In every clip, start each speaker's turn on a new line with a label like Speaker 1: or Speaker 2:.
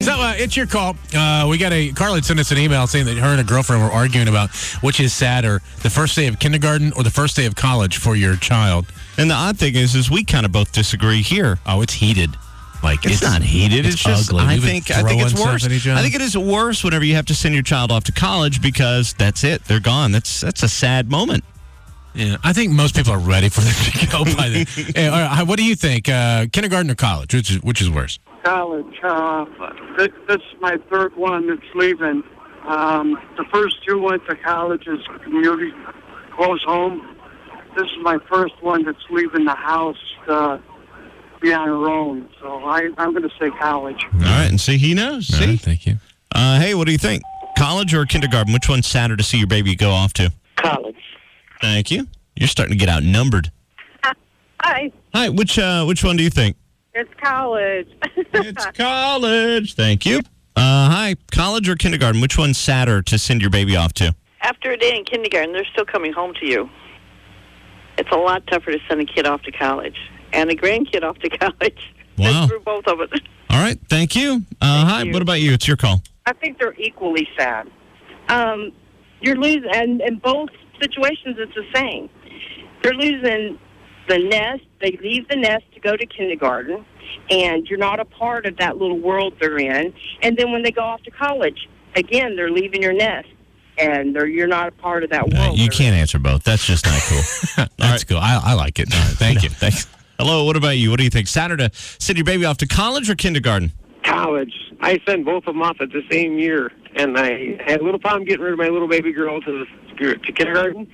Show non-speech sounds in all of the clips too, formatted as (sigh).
Speaker 1: So uh, it's your call. Uh, we got a Carla had sent us an email saying that her and a girlfriend were arguing about which is sadder, the first day of kindergarten or the first day of college for your child.
Speaker 2: And the odd thing is, is we kind of both disagree here.
Speaker 1: Oh, it's heated. Like
Speaker 2: It's, not heated. It's, just
Speaker 1: ugly.
Speaker 2: I
Speaker 1: We've been
Speaker 2: think I think it's
Speaker 1: throwing
Speaker 2: worse.
Speaker 1: stuff at each other.
Speaker 2: I think it is worse whenever you have to send your child off to college because that's it. They're gone. That's that's a sad moment.
Speaker 1: Yeah, I think most people are ready for them to go by (laughs) then. Hey, all right, what do you think, uh, kindergarten or college? Which is, which is worse?
Speaker 3: college. Uh, this, this is my third one that's leaving. Um, the first two went to college is community close home. This is my first one that's leaving the house to be on her own. So I, I'm going to say college.
Speaker 2: All right, and see he knows.
Speaker 1: All right,
Speaker 2: See,
Speaker 1: thank you.
Speaker 2: uh, hey, what do you think? College or kindergarten? Which one's sadder to see your baby go off to?
Speaker 4: College.
Speaker 2: Thank you. You're starting to get outnumbered.
Speaker 5: Hi,
Speaker 2: Hi, which uh, which one do you think?
Speaker 5: it's college. (laughs)
Speaker 2: It's college. Thank you. Uh, hi, college or kindergarten? Which one's sadder to send your baby off to?
Speaker 4: After a day in kindergarten, they're still coming home to you. It's a lot tougher to send a kid off to college and a grandkid off to (laughs) college.
Speaker 2: Wow.
Speaker 4: That's for both of us.
Speaker 2: All right, thank you. Uh, hi,
Speaker 4: you.
Speaker 2: what about you? It's your call.
Speaker 6: I think they're equally sad.
Speaker 5: um, you're losing, and in both situations, it's the same.
Speaker 6: They're losing the nest. They leave the nest to go to kindergarten, and you're not a part of that little world they're in. And then when they go off to college, again, they're leaving your nest, and they're, you're not a part of that
Speaker 2: Uh,
Speaker 6: world.
Speaker 2: you
Speaker 6: they're in.
Speaker 2: can't answer both. That's just not (laughs) cool.
Speaker 1: That's cool. I, I like it. All right, thank you.
Speaker 2: Thanks. Hello, what about you? What do you think? Saturday, send your baby off to college or kindergarten?
Speaker 3: College. I sent both of them off at the same year, and I had a little problem getting rid of my little baby girl to, the, to kindergarten,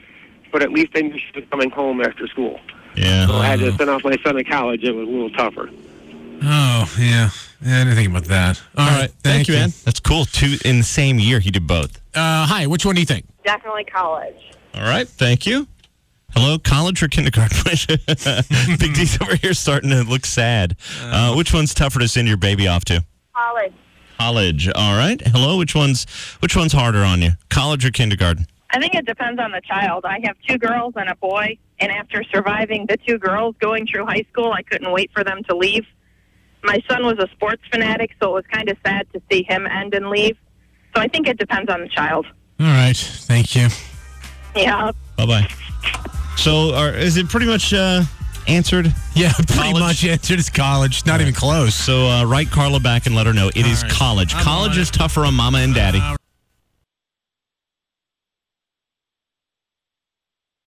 Speaker 3: but at least I knew she was coming home after school.
Speaker 2: Yeah.
Speaker 3: So I had to send off my son to college. It was a little tougher.
Speaker 1: Oh, yeah. yeah. I didn't think about that.
Speaker 2: All right. Thank, you, Ann. That's cool. Two in the same year, he did both.
Speaker 1: Uh, hi, which one do you think?
Speaker 5: Definitely college.
Speaker 2: All right. Thank you. Hello, college or kindergarten? (laughs) Big D's over here starting to look sad. Uh, which one's tougher to send your baby off to?
Speaker 5: College.
Speaker 2: College. All right. Hello. Which one's which one's harder on you? College or kindergarten?
Speaker 5: I think it depends on the child. I have two girls and a boy, and after surviving the two girls going through high school, I couldn't wait for them to leave. My son was a sports fanatic, so it was kind of sad to see him end and leave. So I think it depends on the child.
Speaker 1: All right. Thank you.
Speaker 5: Yeah,
Speaker 2: Bye bye. So, are, is it pretty much uh, answered?
Speaker 1: Yeah, (laughs) pretty
Speaker 2: College?
Speaker 1: much answered is college. Not even close.
Speaker 2: So, uh, write Carla back and let her know it is
Speaker 1: right.
Speaker 2: college.
Speaker 1: I'm
Speaker 2: college
Speaker 1: on it.
Speaker 2: is tougher on mama and daddy.